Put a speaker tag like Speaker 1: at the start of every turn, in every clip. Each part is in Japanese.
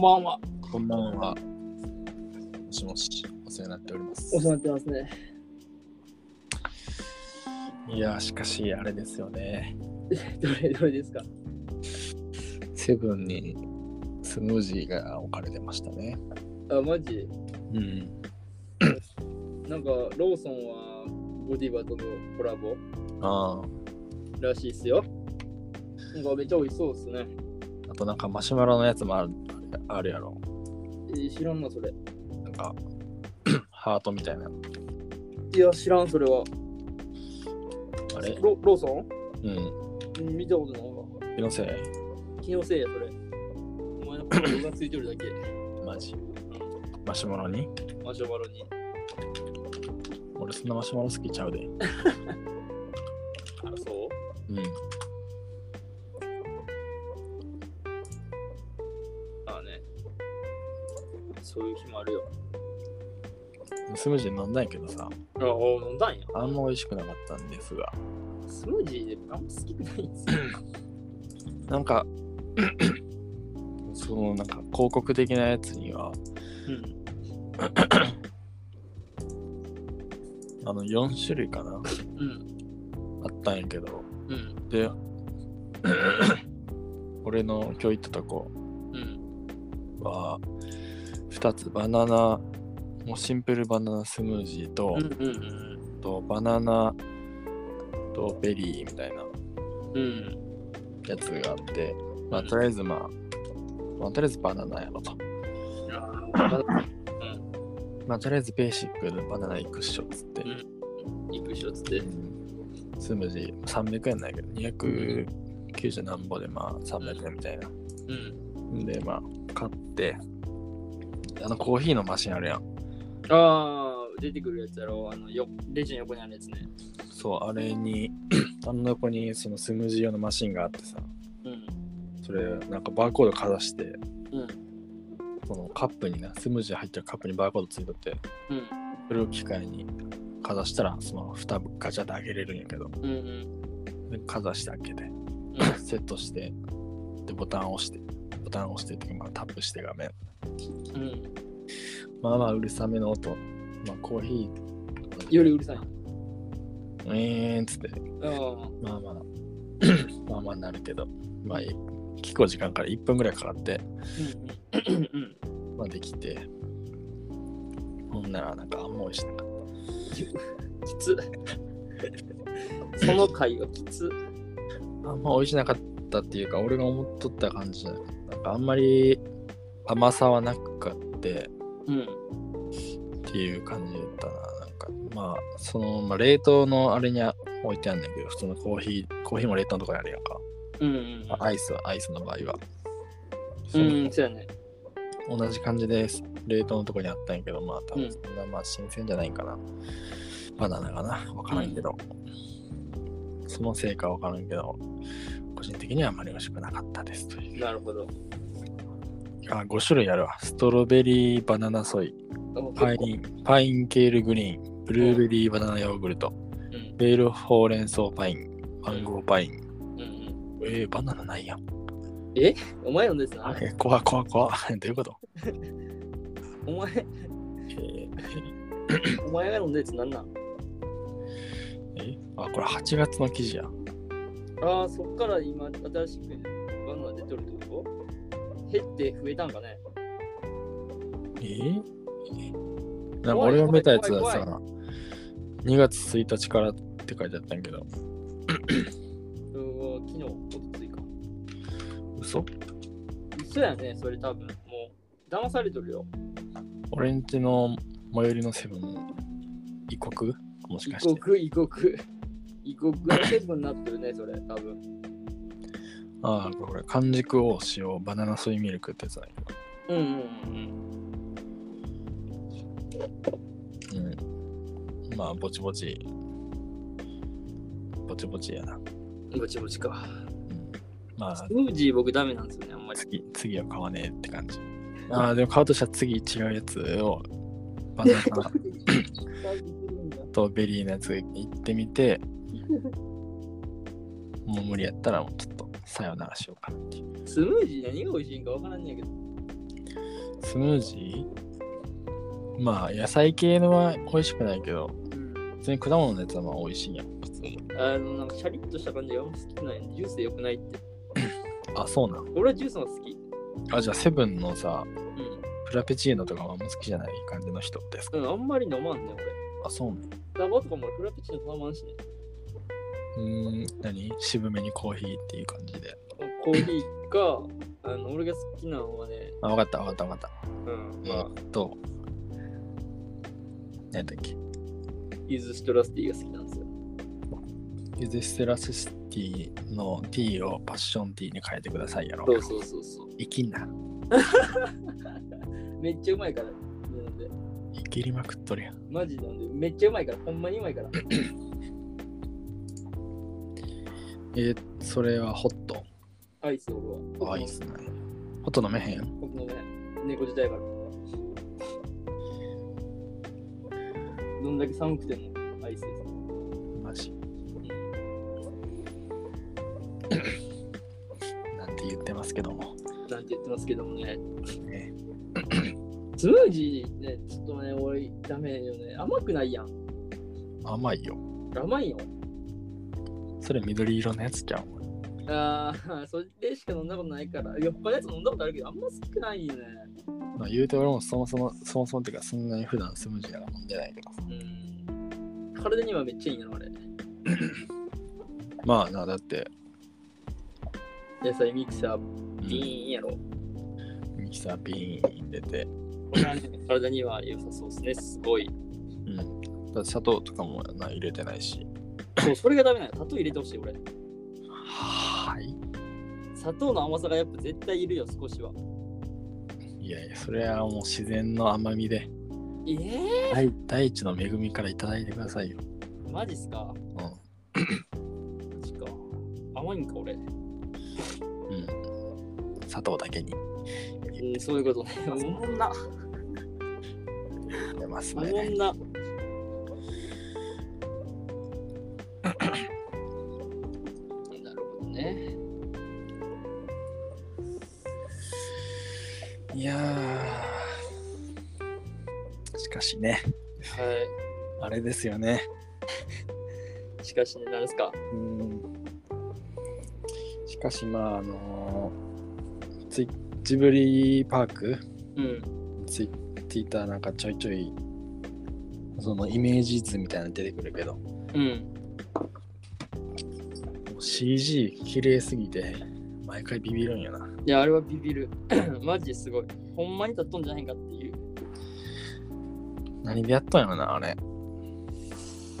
Speaker 1: ばんは。
Speaker 2: こんばんは。もしもし、お世話になっております
Speaker 1: お。世話になってますね。
Speaker 2: いやー、しかし、あれですよね。
Speaker 1: どれどれですか
Speaker 2: セブンにスムージーが置かれてましたね。
Speaker 1: あ、マジ
Speaker 2: うん。
Speaker 1: なんか、ローソンはゴディバとのコラボ
Speaker 2: ああ。
Speaker 1: らしいっすよ。なんかめっちゃ美味しそうっすね。
Speaker 2: あと、なんかマシュマロのやつもあるあるやろ。
Speaker 1: えー知らんな、それ。
Speaker 2: なんか、 ハートみたいな。
Speaker 1: いや、知らん、それは。
Speaker 2: あれ
Speaker 1: ロローソン
Speaker 2: うん。
Speaker 1: うん見たことないわ。
Speaker 2: 気のせい。
Speaker 1: 気のせいや、それ。お前の心がついてるだけ。
Speaker 2: マジ。マシュマロに
Speaker 1: マシュマロに。
Speaker 2: 俺、そんなマシュマロ好きちゃうで。うん。
Speaker 1: あ、そうあね。そういう日もあるよ。
Speaker 2: スムージー飲んだんやけどさ、
Speaker 1: ああ、飲んだんや。
Speaker 2: あんま美味しくなかったんですが。
Speaker 1: スムージーであんま好きくないんですよ。
Speaker 2: なんか そのなんか広告的なやつには
Speaker 1: うん。
Speaker 2: あの4種類かな
Speaker 1: うん。
Speaker 2: あったんやけど
Speaker 1: うん。
Speaker 2: で 俺の今日行ったとこ
Speaker 1: うん。
Speaker 2: は2つバナナもうシンプルバナナスムージーと,、
Speaker 1: うん。うん。
Speaker 2: とバナナとベリーみたいな
Speaker 1: うん。
Speaker 2: やつがあって、まあ、とりあえずまあ、まあ、とりあえずバナナやろと、まあ、とりあえずベーシックでバナナいくっしょっつって、
Speaker 1: うん行くっしょっつって。
Speaker 2: スムージー300円なんやけど290何ぼでまあ300円みたいな、
Speaker 1: うん。
Speaker 2: ん、でまあ買ってあのコーヒーのマシンあるやん
Speaker 1: ああ、出てくるやつやろ。あの、よレジの横にあるやつね。
Speaker 2: そうあれに あの横にそのスムージー用のマシンがあってさ
Speaker 1: うん。
Speaker 2: それなんかバーコードかざして
Speaker 1: うん。
Speaker 2: そのカップになスムージー入ってるカップにバーコードついとって
Speaker 1: うん。
Speaker 2: それを機械にかざしたらその蓋ガチャって開けれるんやけど
Speaker 1: うん。うん。
Speaker 2: でかざして開けてセットしてでボタンを押してボタンを押してっていうかまあタップして画面
Speaker 1: うん。
Speaker 2: まあまあうるさめの音。まあコーヒー。
Speaker 1: よりうるさい。あ
Speaker 2: うーんっつって。
Speaker 1: あ。
Speaker 2: まあまあ。 まあまあなるけど。まあいい聞く時間から1分ぐらいかかって、
Speaker 1: うん。うん。
Speaker 2: まあできて。ほんならなんかあんま美味しなかっ
Speaker 1: きつ。その回はきつ。
Speaker 2: た。あんま美味しなかったっていうか、俺が思っとった感じじゃなかった。なんかあんまり甘さはなくかって。
Speaker 1: うん。
Speaker 2: っていう感じだったな。なんか、まあ、その、まあ、冷凍のあれには置いてあんねんけど、普通のコーヒー、コーヒーも冷凍のとこにあるやんか。
Speaker 1: うん。
Speaker 2: アイスは、アイスの場合は。その
Speaker 1: うん、そうやね。
Speaker 2: 同じ感じです。冷凍のとこにあったんやけど、まあ、多
Speaker 1: うん
Speaker 2: 分そんな、まあ、新鮮じゃないんかな。バナナかな。わからんけど。そのせいかわからんけど、個人的にはあまり美味しくなかったですという。
Speaker 1: なるほど。
Speaker 2: あ、5種類あるわ。ストロベリーバナナソイ、パイン、パインケールグリーン、ブルーベリーバナナヨーグルト、
Speaker 1: うん。
Speaker 2: ベールほうれん草パイン、マンゴーパイン。
Speaker 1: うんうん。
Speaker 2: えー、バナナないやん。
Speaker 1: お前のですな。
Speaker 2: えー、怖怖怖どういう こと
Speaker 1: お前、
Speaker 2: えー
Speaker 1: お前が飲んだやつなんなん
Speaker 2: えあ、これ8月の記事や。
Speaker 1: ああ、そっから今、新しくバナナ出てるってこと減って増えたんかね
Speaker 2: えーなんか俺が見たやつは
Speaker 1: 怖い
Speaker 2: さ、2月1日からって書いてあったんやけ
Speaker 1: う
Speaker 2: ど、
Speaker 1: わ昨日、おとついか。
Speaker 2: 嘘
Speaker 1: 嘘やね、それ多分。もう、騙されとるよ。
Speaker 2: 俺んちの最寄りのセブン、異国もし
Speaker 1: 異
Speaker 2: かして。
Speaker 1: 国、異国。異国のセブンになってるね、それ、多分。
Speaker 2: ああ、これ、完熟王塩バナナソイミルクってやつだけ
Speaker 1: うんうんうん
Speaker 2: ど。うん。まあ、ぼちぼち。ぼちぼちやな。
Speaker 1: うん。ぼちぼちか。
Speaker 2: うん、まあ
Speaker 1: ス、ムージー僕ダメなんですよね、あんまり。
Speaker 2: 次、次は買わねえって感じ。ああ、でも買うとしたら次違うやつを、バナナ。とベリーのやつ行ってみてもう無理やったらもうちょっとさよならしようかなっていう
Speaker 1: スムージー何が美味しいんか分からんねんけど。
Speaker 2: スムージーまあ、野菜系のは美味しくないけど、
Speaker 1: うん、
Speaker 2: 普通に果物のやつはまあ美味しいやん、普通に。
Speaker 1: あのなんかシャリッとした感じがあんま好きないジュースでよくないって
Speaker 2: あ、そうなん。
Speaker 1: 俺はジュースの方が好き
Speaker 2: あ、じゃあ、セブンのさ、
Speaker 1: うん
Speaker 2: プラペチーノとかはあんま好きじゃない感じの人ですか、
Speaker 1: うん、あんまり飲まんね、俺。
Speaker 2: あ、そうなん。
Speaker 1: ダバとかもフラペチーノ頼まんしね。
Speaker 2: うーん、何渋めにコーヒーっていう感じで。
Speaker 1: コーヒーか、あの俺が好きなのはね、
Speaker 2: あ、わかったわかったわかっ
Speaker 1: うん、
Speaker 2: た。
Speaker 1: まあ、
Speaker 2: と、何だっけ。
Speaker 1: ユズストラスティが好きなんですよ。
Speaker 2: ユゼステラスティのティーをパッションティーに変えてくださいやろ。
Speaker 1: そうそうそうそう。
Speaker 2: 生きんな。
Speaker 1: めっちゃうまいから。なんで、
Speaker 2: 生きりまくっとるやん。
Speaker 1: マジなんで、めっちゃうまいから、ほんまにうまいから。
Speaker 2: えーそれはホット。
Speaker 1: アイス俺は。
Speaker 2: あ、いいっすね。ホット飲めへん
Speaker 1: 僕のね、猫時代から。どんだけ寒くてもアイスです。
Speaker 2: マジ。なんて言ってますけども。
Speaker 1: なんて言ってますけどもね
Speaker 2: ね。
Speaker 1: スムージーね、ちょっとね、俺、ダメよね。甘くないやん。
Speaker 2: 甘いよ。
Speaker 1: 甘いよ。
Speaker 2: それ緑色のやつじゃん。
Speaker 1: ああ、それでしか飲んだことないから。酔っ払いやつ飲んだことあるけど、あんま好きくないよね。
Speaker 2: まあ、言うて俺もそもそも、そもそもっていうか、そんなに普段スムージーなんか飲んでないけど。
Speaker 1: うん。体にはめっちゃいいな、俺。
Speaker 2: まあな、だって、
Speaker 1: 野菜ミキサー、
Speaker 2: うん
Speaker 1: ビーンやろ。
Speaker 2: ミキサービーン入れて、
Speaker 1: これはね、体には良さそうですね、すごい。
Speaker 2: うん。だって砂糖とかもな入れてないし。
Speaker 1: そう、それがダメなの。砂糖入れてほしい、俺。
Speaker 2: はい。
Speaker 1: 砂糖の甘さがやっぱ絶対いるよ、少しは。
Speaker 2: いやいや、それはもう自然の甘みで、
Speaker 1: ええ
Speaker 2: 大大地の恵みからいただいてくださいよ。
Speaker 1: マジっすか
Speaker 2: う
Speaker 1: マジか。甘いんか、俺。
Speaker 2: ん。うん。砂糖だけに
Speaker 1: うん、そういうことね。おもんな。
Speaker 2: 入れます
Speaker 1: おも
Speaker 2: ね
Speaker 1: ん。 な。なるほどね。
Speaker 2: いやー。しかしね、
Speaker 1: は
Speaker 2: あれですよね。
Speaker 1: い。しかしね、なんですか。
Speaker 2: うん。しかし、まあ、あのーツイジブリパーク
Speaker 1: うん。
Speaker 2: ツイツイッターなんかちょいちょいそのイメージ図みたいなの出てくるけども
Speaker 1: うん。
Speaker 2: う CG 綺麗すぎて毎回ビビるんやない
Speaker 1: や、あれはビビる。 マジですごい。ほんまに立っとんじゃないかっていう。
Speaker 2: 何でやっとんやろなあれ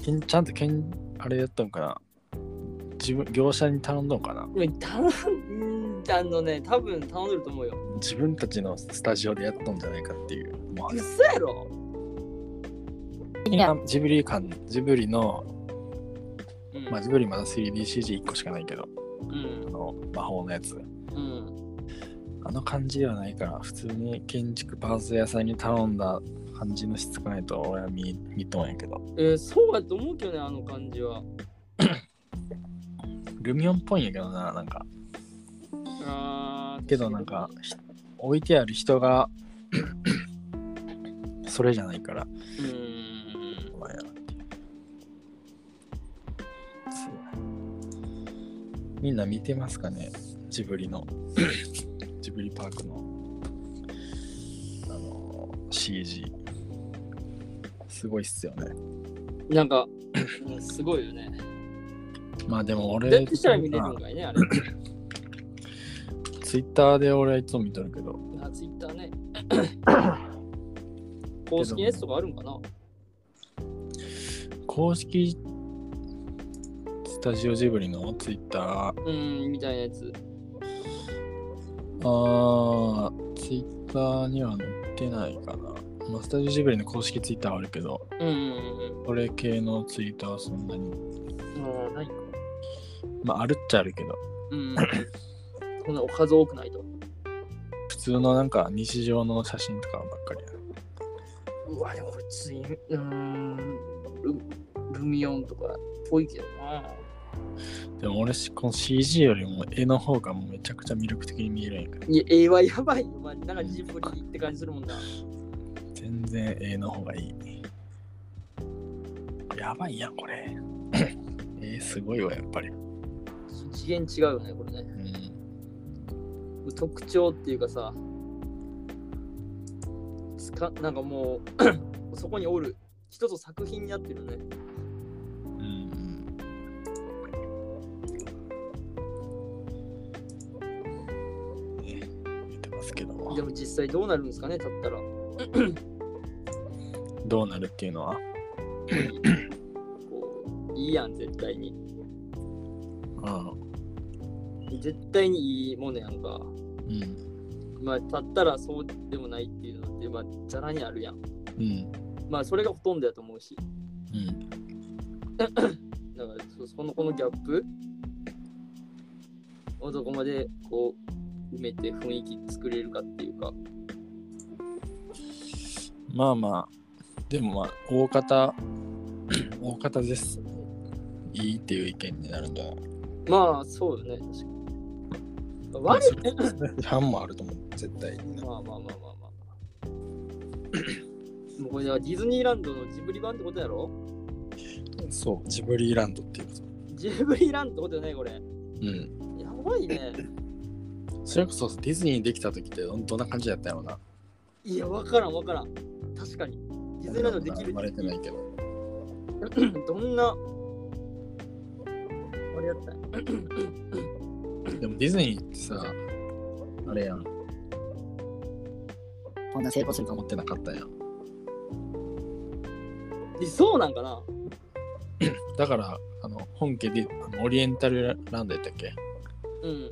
Speaker 2: けんちゃんとけんあれやっとんかな自分業者に頼んどんかな
Speaker 1: うん頼ん、うんあのね、多分頼んでると思うよ。
Speaker 2: 自分たちのスタジオでやっとんじゃないかっていうもうあ
Speaker 1: う
Speaker 2: れ
Speaker 1: そやろ
Speaker 2: ジブリ感ジブリの、
Speaker 1: うん。
Speaker 2: まあ、ジブリまだ 3DCG1 個しかないけど
Speaker 1: うん
Speaker 2: あ。の魔法のやつ
Speaker 1: うん。
Speaker 2: あの感じではないから、普通に建築パーツ屋さんに頼んだ感じのしつかないと俺は見見とんやけど。
Speaker 1: えーそうやと思うけどね、あの感じは。
Speaker 2: ルミオンっぽいんやけどな、なんか。
Speaker 1: あー
Speaker 2: けどなんか、ひ置いてある人が それじゃないか
Speaker 1: う
Speaker 2: ら。
Speaker 1: ん。
Speaker 2: お前らってすごいみんな見てますかねジブリの ジブリパークのあの CG すごいっすよね
Speaker 1: なんか、うんすごいよね。
Speaker 2: まあでも
Speaker 1: どうや
Speaker 2: 俺
Speaker 1: ってしたら見れるんかいね、あれ。
Speaker 2: ツイッターで俺はいつも見とるけど、
Speaker 1: あ、ツイッター ね。公式のやつとかあるんかな
Speaker 2: 公式スタジオジブリのツイッター、あ
Speaker 1: うん、みたいなやつ。
Speaker 2: ー、ツイッターには載ってないかな。まあ、スタジオジブリの公式ツイッターはあるけど、
Speaker 1: うんうん
Speaker 2: これ系のツイートはそんなに、
Speaker 1: うん。あーないか。
Speaker 2: まあ、あるっちゃあるけど、
Speaker 1: うん。そんなお数多くないと。
Speaker 2: 普通のなんか日常の写真とかばっかりやね
Speaker 1: うわ、でも俺ツイン、うーん、ルルミオンとかっぽいけどな。
Speaker 2: でも俺し、この CG よりも絵の方がもうめちゃくちゃ魅力的に見えるんやけど、
Speaker 1: いや、絵はやばいよ、まあ、なんかジブリって感じするもんな。
Speaker 2: 全然絵の方がいい。やばいやん、これ。 絵すごいわ、やっぱり。
Speaker 1: 次元違うよね、これね。
Speaker 2: うん。
Speaker 1: 特徴っていうかさつかなんかもう そこにおる人と作品になってるね
Speaker 2: うんうん。ね見てますけども
Speaker 1: でも実際どうなるんですかねだ ったらこ
Speaker 2: どうなるっていうのは
Speaker 1: ういいやん絶対に
Speaker 2: う
Speaker 1: 絶対にいいものやんか
Speaker 2: ん。うん。
Speaker 1: まあたったらそうでもないっていうのってまあざらにあるやん
Speaker 2: うん。
Speaker 1: まあそれがほとんどやと思うし
Speaker 2: うん。
Speaker 1: だからそそこのこのギャップをどこまでこう埋めて雰囲気作れるかっていうか
Speaker 2: まあまあ、でもまあ、大方、大方です。いいっていう意見になるんだな。
Speaker 1: まあそうよね、確かに。悪い
Speaker 2: 批判もあると思う、絶対にな。
Speaker 1: まあまあまあまあまあ。もうこれはディズニーランドのジブリ版ってことやろ
Speaker 2: そう、ジブリーランドっていうこと。
Speaker 1: ジブリランドってことよね、これ。や
Speaker 2: うん。
Speaker 1: ばいね。
Speaker 2: それこそディズニーできた時ってどんどんな感じだったやろうな。
Speaker 1: いや、わからんわからん。確かに。ディズニーランドでき
Speaker 2: 生まれてないけど。
Speaker 1: るどんな。あれやったんや
Speaker 2: でもディズニーってさ、あれやん。こんな成功すると思ってなかったやん。
Speaker 1: えそうなんかな
Speaker 2: だから、あの、本家で、あのオリエンタルランドやったっけ
Speaker 1: うん。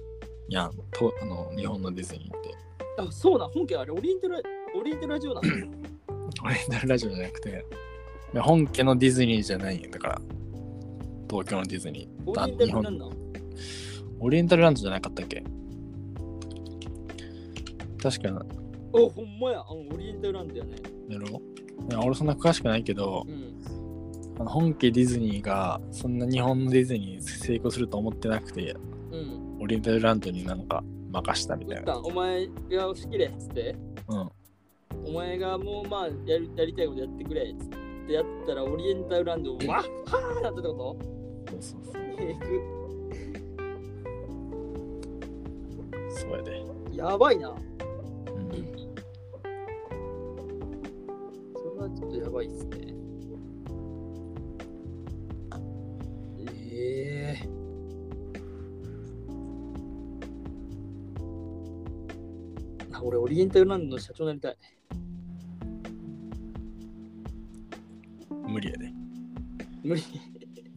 Speaker 2: やん。とあの日本のディズニーって。
Speaker 1: あ、そうなん。本家あれ、オリエンタル、オリエンタルラジオなんだ。
Speaker 2: オリエンタルラジオじゃなくて、いや本家のディズニーじゃないんだから、東京のディズニ
Speaker 1: オ
Speaker 2: ー。
Speaker 1: リエンタルなんなん
Speaker 2: オリエンタルランドじゃなかったっけ確かな
Speaker 1: お、ほんまや。あのオリエンタルランドやね。
Speaker 2: やろいや俺そんな詳しくないけど
Speaker 1: う、ん。
Speaker 2: あの本家ディズニーがそんな日本のディズニーに成功すると思ってなくて、
Speaker 1: うん。
Speaker 2: オリエンタルランドになんか任したみ
Speaker 1: 打
Speaker 2: たい
Speaker 1: っ
Speaker 2: な。
Speaker 1: たんお前が好きれっつって、
Speaker 2: うん
Speaker 1: お前がもうまあやるやりたいことやってくれっつってやったらオリエンタルランドわっはーなってってこ
Speaker 2: そうそうそ
Speaker 1: と
Speaker 2: う。
Speaker 1: えぐ
Speaker 2: そうやで。
Speaker 1: やばいな。
Speaker 2: うん
Speaker 1: それはちょっとやばいっすね。ええあ俺、オリエンタルランドの社長になりたい。
Speaker 2: 無理やで。
Speaker 1: 無理、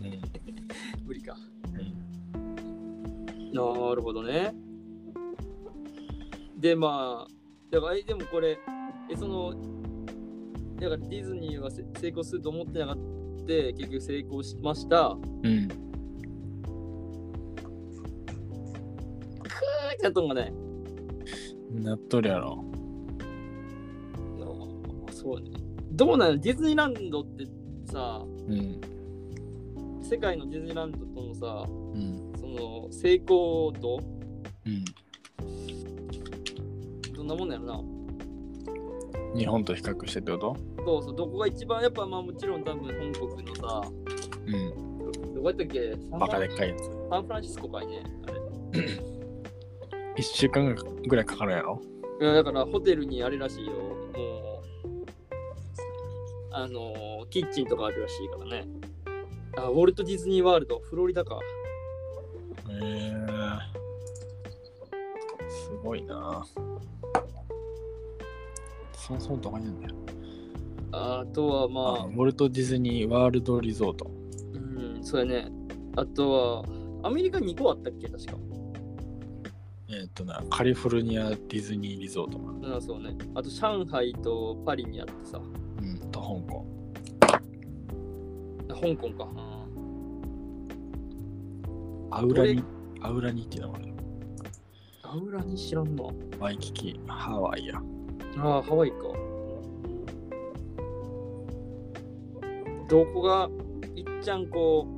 Speaker 2: うん
Speaker 1: 無理か。
Speaker 2: うん
Speaker 1: なるほどね。で、まあ、だから、えでもこれ、え、その、だからディズニーはせ成功すると思ってなかった、結局成功しました。
Speaker 2: うん。
Speaker 1: あーちゃんとんがね。
Speaker 2: なっとるやろ。
Speaker 1: あそうね。どうなのディズニーランドってさ、
Speaker 2: うん。
Speaker 1: 世界のディズニーランドとのさ、
Speaker 2: うん。
Speaker 1: その成功度、
Speaker 2: うん。
Speaker 1: どんなもんだよな。
Speaker 2: 日本と比較してってこと
Speaker 1: そうそう、どこが一番、やっぱまあもちろん多分本国のさ、
Speaker 2: うん。
Speaker 1: どこやったっけサン
Speaker 2: バ
Speaker 1: フラ
Speaker 2: カで
Speaker 1: ン
Speaker 2: っかいやつ。
Speaker 1: サンフランシスコかいね。あれ
Speaker 2: 1週間ぐらいかかるやろ
Speaker 1: いやだからホテルにあれらしいよもうあのーキッチンとかあるらしいからねあウォルト・ディズニー・ワールドフロリダか
Speaker 2: へえすごいな。そもそもどこにあるんだよ。
Speaker 1: あとは
Speaker 2: あ
Speaker 1: まあ
Speaker 2: ウォルト・ディズニー・ワールド・リゾート。
Speaker 1: うんそうやねあとはアメリカ2個あったっけ確か
Speaker 2: えっ、とな、カリフォルニア・ディズニー・リゾートもある。
Speaker 1: うんそうねあと上海とパリにあってさ
Speaker 2: うん、と香港。
Speaker 1: あ香港か、うん
Speaker 2: アウラニ、アウラニっていうのもあるよ。
Speaker 1: アウラに知らんな
Speaker 2: ワイキキ、ハワイや。
Speaker 1: ああハワイかどこがいっちゃんこう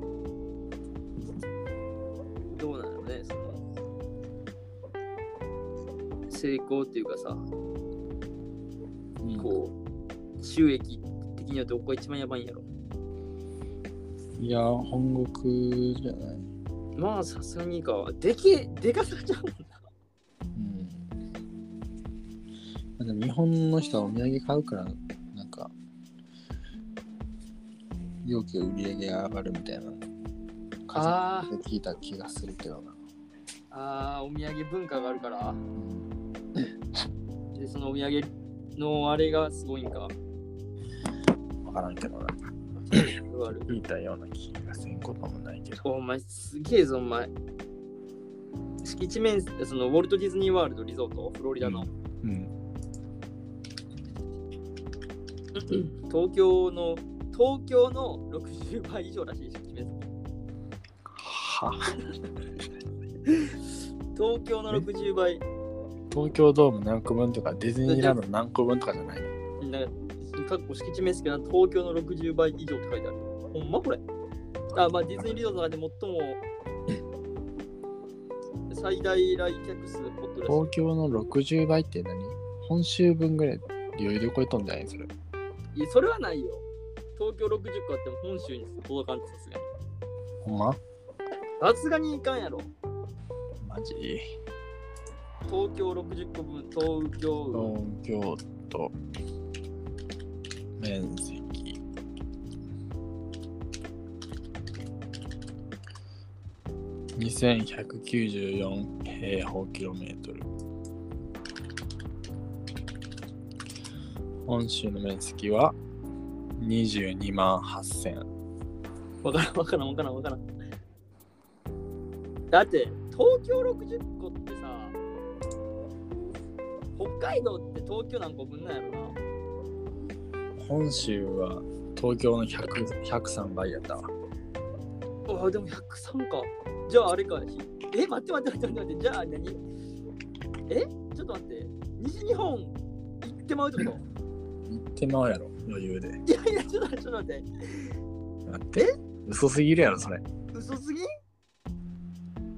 Speaker 1: 成功っていうかさ、
Speaker 2: うん
Speaker 1: こう、収益的にはどこが一番やばいんやろ。
Speaker 2: いや、本国じゃない。う
Speaker 1: まあ、さすがにかは。でけ、でかさちゃうもんな。
Speaker 2: ん。まあでも日本の人はお土産買うから、なんか、容器売り上げが上がるみたいな。
Speaker 1: あー
Speaker 2: 風聞いた気がするけどな。
Speaker 1: ああ、お土産文化があるから。
Speaker 2: うん
Speaker 1: で、そのお土産のあれがすごいんか。
Speaker 2: わからんけどな。
Speaker 1: ある。
Speaker 2: 聞いたような気がせんこともないけど。
Speaker 1: お前、すげえぞ、お前。敷地面、そのウォルト・ディズニー・ワールド・リゾート、フロリダの。
Speaker 2: うん。
Speaker 1: 東京の東京の60倍以上らしい敷地面積
Speaker 2: は
Speaker 1: 東京の60倍
Speaker 2: 東京ドーム何個分とか、ディズニーランド何個分とかじゃない。
Speaker 1: なんかかっこ敷地面積が東京の60倍以上って書いてあるほんまこれあまあディズニーリゾートの中で最も最大来客数を誇ってるらし
Speaker 2: 東京の60倍って何本州分ぐらい余裕で超えとんじゃないそれ。
Speaker 1: いいやそれはないよ東京60個あっても本州に届かんってさすがに
Speaker 2: ほんま
Speaker 1: さすがにいかんやろ
Speaker 2: マジ
Speaker 1: 東京60個分東京
Speaker 2: 東京都面積2194平方キロメートル本州の面積は22万8000
Speaker 1: わからんわからんわからんわからん。だって、東京60個ってさ、北海道って東京何個分なんやろな。
Speaker 2: 本州は東京の100 103倍やったわ
Speaker 1: ああ、でも103か。じゃああれか。ひえ、待って待って待って待って。じゃあ何えちょっと待って。西日本行ってまうってこ
Speaker 2: 行ってまうやろ余裕で
Speaker 1: といやいや、ちょっと待って、ちょっと待って。
Speaker 2: 待って嘘すぎるやろそれ
Speaker 1: 嘘すぎん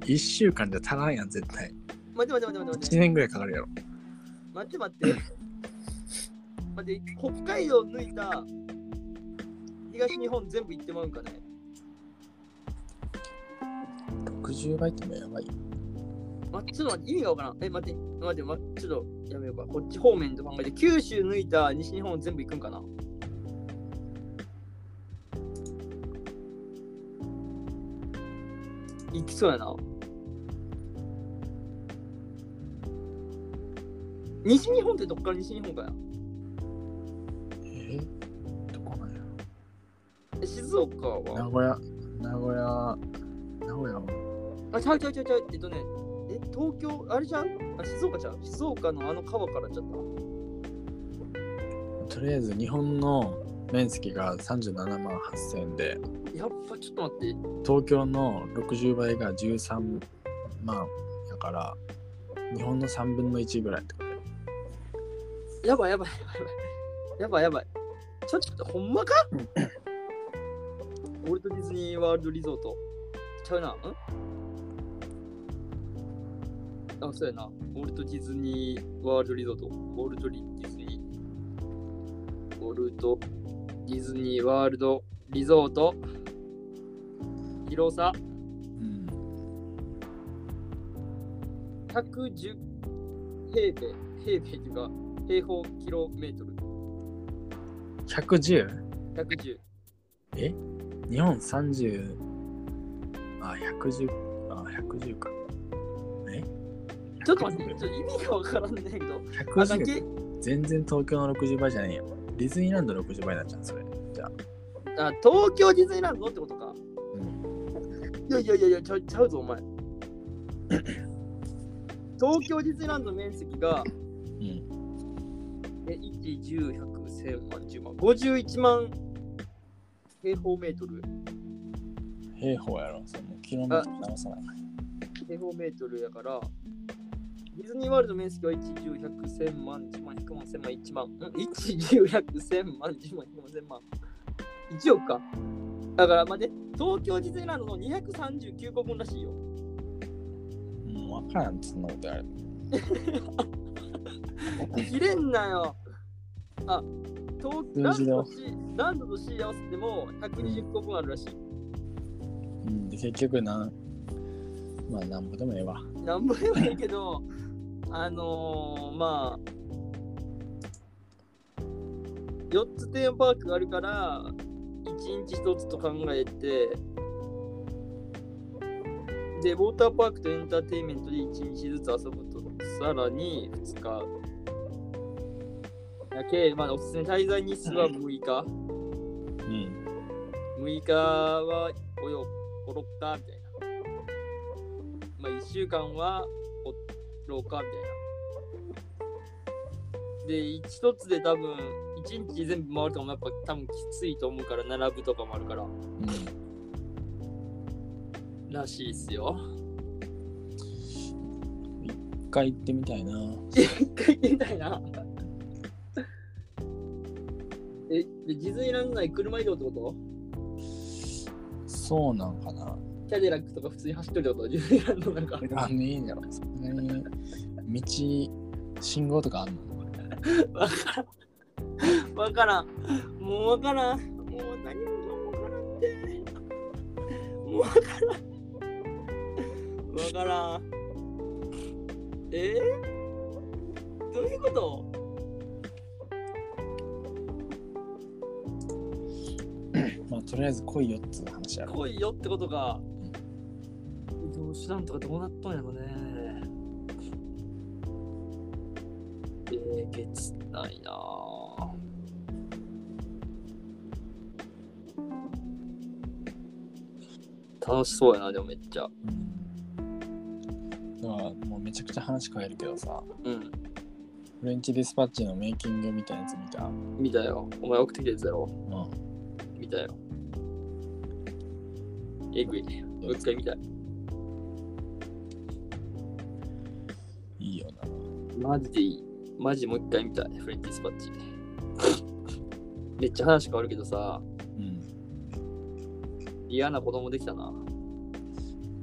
Speaker 2: 1週間じゃ足らんやん絶対
Speaker 1: 待って待って待って待って
Speaker 2: 1。年ぐらいかかるやろ
Speaker 1: 待って待って。待って、北海道抜いた東日本全部行ってまうんかね。
Speaker 2: 60倍ってもやばいよ
Speaker 1: ま、ちょっと待って、意味がわからん。え、待って、待って、ま、ちょっとやめようか。こっち方面と考えて、九州抜いた西日本全部行くんかな行きそうやな。西日本ってどっから西日本かや
Speaker 2: えどこなんや
Speaker 1: え静岡
Speaker 2: 名
Speaker 1: は
Speaker 2: 古屋名古屋名古屋は
Speaker 1: あ、ちゃうちゃうちゃうちゃう。えっとね、え、東京、あれじゃんあ、静岡じゃん。静岡のあの川からちゃった。
Speaker 2: とりあえず日本の面積が37万8000で
Speaker 1: やっぱちょっと待って。
Speaker 2: 東京の60倍が13万やから日本の3分の1ぐらいってことや
Speaker 1: やばいやばいやばいやばいやばい。ちょっとほんまかウォルト・ディズニー・ワールド・リゾート。ちゃうな。んあ、そうやな。ウォルト・ディズニー・ワールド・リゾート。ウォルト・ディズニー。ウォルト・ディズニー・ワールド・リゾート。広さ
Speaker 2: うん
Speaker 1: 110平米。平米っていうか、平方キロメートル。
Speaker 2: 110?
Speaker 1: 110。
Speaker 2: え日本30あ110あ110かえ
Speaker 1: ちょっと待って、ちょっと意味がわからんねんけど。あだ
Speaker 2: 110
Speaker 1: け
Speaker 2: 全然東京の60倍じゃねえよディズニーランドの60倍になっちゃうそれ
Speaker 1: あ東京ディズニーランドってことか。いやいやいやいや、ちゃうちゃうぞ、お前。東京ディズニーランドの面積が、
Speaker 2: うん
Speaker 1: え、1、10、100、1000万、10万、51万平方メートル。
Speaker 2: 平方やろそのキロメートル直さない
Speaker 1: 平方メートルやから、ディズニーワールドの面積は1、10、100、1000万、1万、100万、1000万、1万。ん ?1、10、100、1000万、10万、100万、1000万。1億か。だから、まあね、東京ディズニーランドの239個分らしいよ。
Speaker 2: もう分からんそんなことやる
Speaker 1: 切れんなよ。あ、東
Speaker 2: 数字だ
Speaker 1: ランドと C ランドと C 合わせても120個分あるらしい。
Speaker 2: うん、で結局なん、まあなんぼでもええわ。
Speaker 1: なんぼでもいいけど、あのー、まあ、4つテーマパークがあるから、1日1つと考えて、で、ウォーターパークとエンターテインメントで1日ずつ遊ぶと、さらに2日。だけ、まあ、おすすめ滞在日数は6日。
Speaker 2: うん。
Speaker 1: 6日はおよおろっかみたいな。まあ1週間はおろうかみたいな。で、一つで多分、一日全部回るともやっぱ多分きついと思うから、並ぶとかもあるから、らしいっすよ。
Speaker 2: 一回行ってみたいな。
Speaker 1: 一回行ってみたいな。 え、でディズニーランド内車移動ってこと
Speaker 2: そうなんかな。
Speaker 1: キャデラックとか普通に走ってるってことディズニーランドなんか。
Speaker 2: あのいいんやろ。そんなに道、信号とかあんの
Speaker 1: わからん。もうわからん。もう何もわからんって。もうわからん。わからん。えー、どういうこと
Speaker 2: まあとりあえず来いよっつう話やろ。
Speaker 1: 来いよってことか。移動手段とかどうなっとんやろね。えー、げつないなぁ。楽しそうやな、でもめっちゃ。
Speaker 2: だからもうめちゃくちゃ話変えるけどさ、
Speaker 1: うん。
Speaker 2: フレンチディスパッチのメイキングみたいなやつ見た。う
Speaker 1: 見たよ。お前送ってきたやつだろ。
Speaker 2: ん。
Speaker 1: 見たよ。えぐい。もう一回見たい。
Speaker 2: いいよな。
Speaker 1: マジでいい。マジもう一回見たい。フレンチスパッチ。 めっちゃ話変わるけどさ、
Speaker 2: うん。
Speaker 1: 嫌な子供できたな。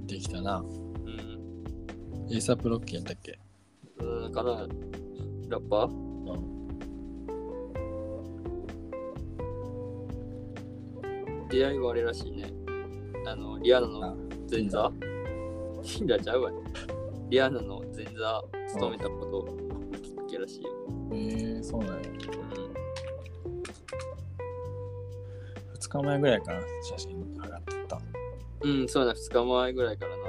Speaker 2: できたな。
Speaker 1: うん。
Speaker 2: エーサープロッキーやったっけ
Speaker 1: うん、かな。ラッパー
Speaker 2: うん。
Speaker 1: 出会いはあれらしいね。あの、リアーナの前座死んだちゃうわ。リアーナの前座務めたこと、きっかけらしいよ。
Speaker 2: えー、そうなんや。
Speaker 1: うん
Speaker 2: 2日前ぐらいから写真上がってた。
Speaker 1: うん、そうだ、2日前ぐらいからな。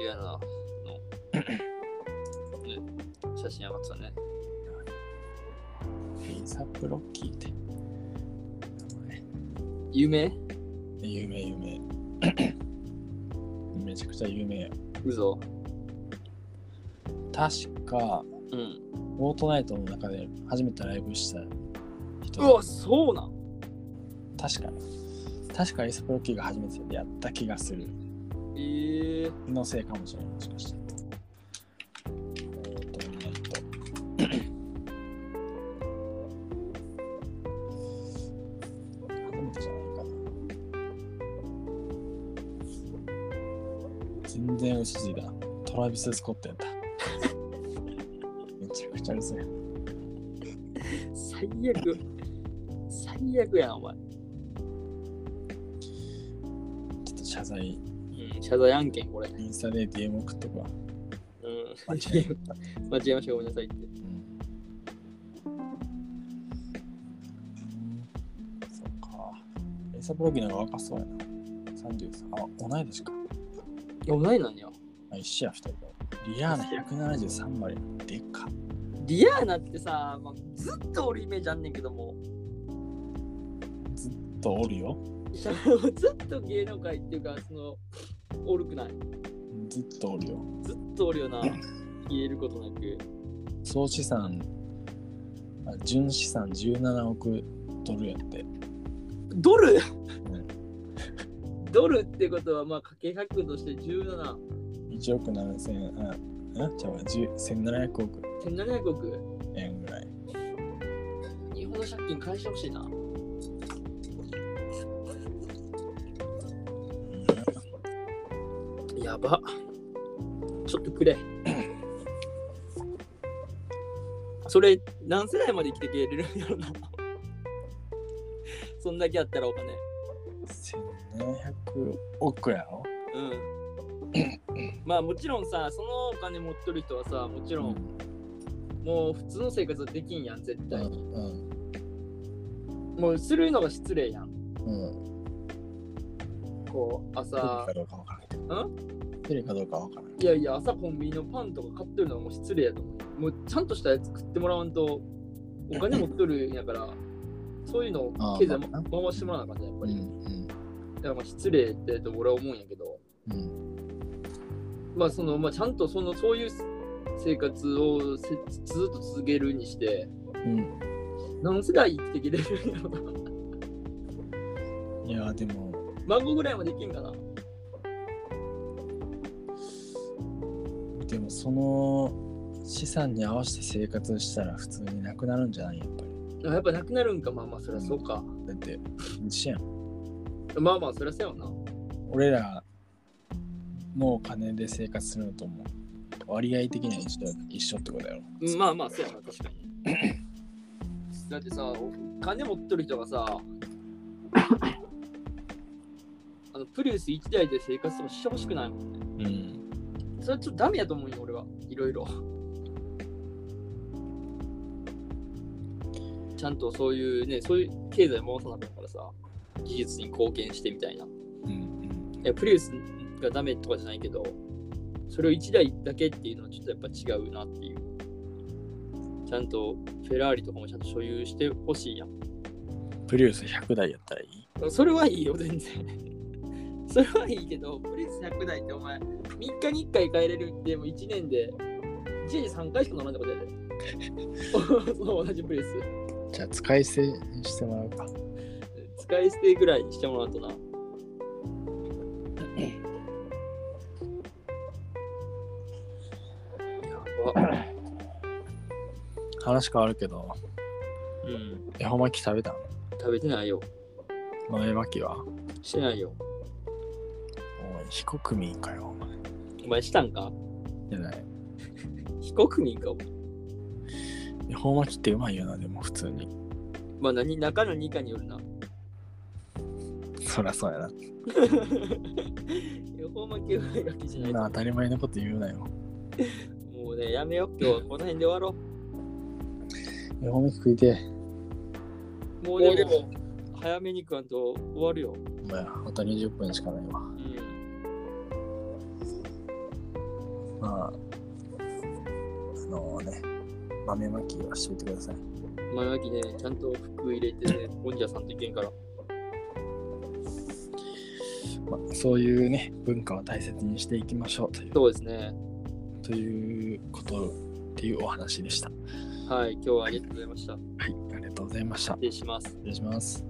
Speaker 1: リアナ の、ね、写真上がってたね。
Speaker 2: エーサープロッキーって。
Speaker 1: 夢
Speaker 2: 有名有名 めちゃくちゃ有名や
Speaker 1: 嘘
Speaker 2: 確か
Speaker 1: うん。
Speaker 2: フォートナイトの中で初めてライブした人
Speaker 1: うわ、そうなん
Speaker 2: 確か確かエースプロッキーが初めてでやった気がする
Speaker 1: ええー、
Speaker 2: のせいかもしれないもしかしてフォートナイト初めてじゃないかな全然嘘ついたトラビス・スコットやっためちゃくちゃ嘘や
Speaker 1: 最悪。最悪やん、お前。
Speaker 2: ちょっと謝罪
Speaker 1: うん、謝罪案件、これ。
Speaker 2: インスタで DM 送っとくわ
Speaker 1: うん。
Speaker 2: 間違えた
Speaker 1: 間違えました、ごめんなさいって。
Speaker 2: うんそっか。エサプロギーの方が若そうやな。33。あ、同い年か。
Speaker 1: いや、ないなんや。
Speaker 2: あ、一緒や、二人とも。リアーナ173割。でかっ。
Speaker 1: リアーナってさ、まあ、ずっとおるイメージあんねんけども、
Speaker 2: とおるよ。
Speaker 1: ずっと芸能界っていうか、その、おるくない。
Speaker 2: ずっとおるよ。
Speaker 1: ずっとおるよな。消えることなく。
Speaker 2: 総資産、あ純資産17億ドルやって。
Speaker 1: ドル、
Speaker 2: ん
Speaker 1: ドルってことは、まあ、かけ100として17、
Speaker 2: 1億7000、あ、んちゃうわ、10 1700億
Speaker 1: 1700億。
Speaker 2: 円ぐらい。
Speaker 1: 日本の借金返してほしいな。やば。ちょっとくれ。それ、何世代まで生きていけれるんやろな。そんだけあったらお金。
Speaker 2: 1700億やろ
Speaker 1: うん。まあもちろんさ、そのお金持っとる人はさ、もちろんもう普通の生活はできんやん、絶
Speaker 2: う
Speaker 1: 対。
Speaker 2: ん
Speaker 1: もうするのが失礼やん。
Speaker 2: うんうん
Speaker 1: こう、
Speaker 2: テレ
Speaker 1: 朝
Speaker 2: ビか、どうかわからんけどテレビかどうかわからん
Speaker 1: いやいや、朝コンビニのパンとか買ってるのはもう失礼やと思う。もうちゃんとしたやつ食ってもらわんと、お金持っとるんやから、そういうのを経済
Speaker 2: あ
Speaker 1: ま
Speaker 2: ー
Speaker 1: 回してもらわなあかった、やっぱ
Speaker 2: うん
Speaker 1: り。だからまあ失礼ってと俺は思うんやけど、
Speaker 2: うんうん
Speaker 1: まあそのまあ、ちゃんとそのそういう生活をせずっと続けるにして、
Speaker 2: う
Speaker 1: 何世代生きていけれるんやろな
Speaker 2: んいやでも
Speaker 1: 孫ぐらいまでいけんかな。
Speaker 2: でもその資産に合わせて生活したら普通になくなるんじゃないやっぱり
Speaker 1: あやっぱなくなるんか、まあまあそりゃそうか。
Speaker 2: だって一緒やん
Speaker 1: まあまあそりゃそうやわな。
Speaker 2: 俺らのお金で生活するのとも割合的には一緒一緒ってことやろ
Speaker 1: うんまあまあそうやな、確かに。だってさ、お金持っとる人が さ、あのプリウス1台で生活とかしてほしくないもんね。
Speaker 2: うん
Speaker 1: それはちょっとダメやと思うよ、俺は。いろいろ。ちゃんとそういうね、そういう経済回さなかったからさ、技術に貢献してみたいな。い
Speaker 2: うん
Speaker 1: や、プリウスがダメとかじゃないけど、それを1台だけっていうのはちょっとやっぱ違うなっていう。ちゃんとフェラーリとかもちゃんと所有してほしいやん。
Speaker 2: プリウス100台やったらいい
Speaker 1: それはいいよ、全然。 それはいいけど、プリウス100台ってお前、3日に1回帰れるって、もう1年で、1年3回しか乗らないってこと やで。その同じプリウス。
Speaker 2: じゃあ使い捨てにしてもらうか
Speaker 1: 使い捨てぐらいにしてもらうとな。やば。
Speaker 2: 話変わるけど
Speaker 1: うん。
Speaker 2: 恵方巻き食べたの
Speaker 1: 食べてないよ。
Speaker 2: 豆巻きは
Speaker 1: してないよ。
Speaker 2: おい非国民かよお前
Speaker 1: お前したんか
Speaker 2: じゃない
Speaker 1: 非国民かお前
Speaker 2: 恵方巻きってうまいよなでも普通に
Speaker 1: まあ何、中の2かによるな。
Speaker 2: そりゃそうやな
Speaker 1: 予報負けないわけじゃな
Speaker 2: そ
Speaker 1: んい
Speaker 2: な当たり前のこと言うな
Speaker 1: も
Speaker 2: よ
Speaker 1: うね、やめよう。今日はこの辺で終わろ
Speaker 2: 恵方巻き食いてえ
Speaker 1: う。もうでも、早めに食わんと終わるよ。
Speaker 2: お前あと20分しかないわ
Speaker 1: うん。
Speaker 2: まああのね豆巻きはしといてください
Speaker 1: 前巻きね、ちゃんと服入れてね、本社さんといけんから。
Speaker 2: まあ、そういうね文化を大切にしていきましょうという
Speaker 1: そうですね。
Speaker 2: ということっていうお話でしたは
Speaker 1: はい、今日はありがとうございました。
Speaker 2: いありがとうございました
Speaker 1: 失礼します。
Speaker 2: 失礼します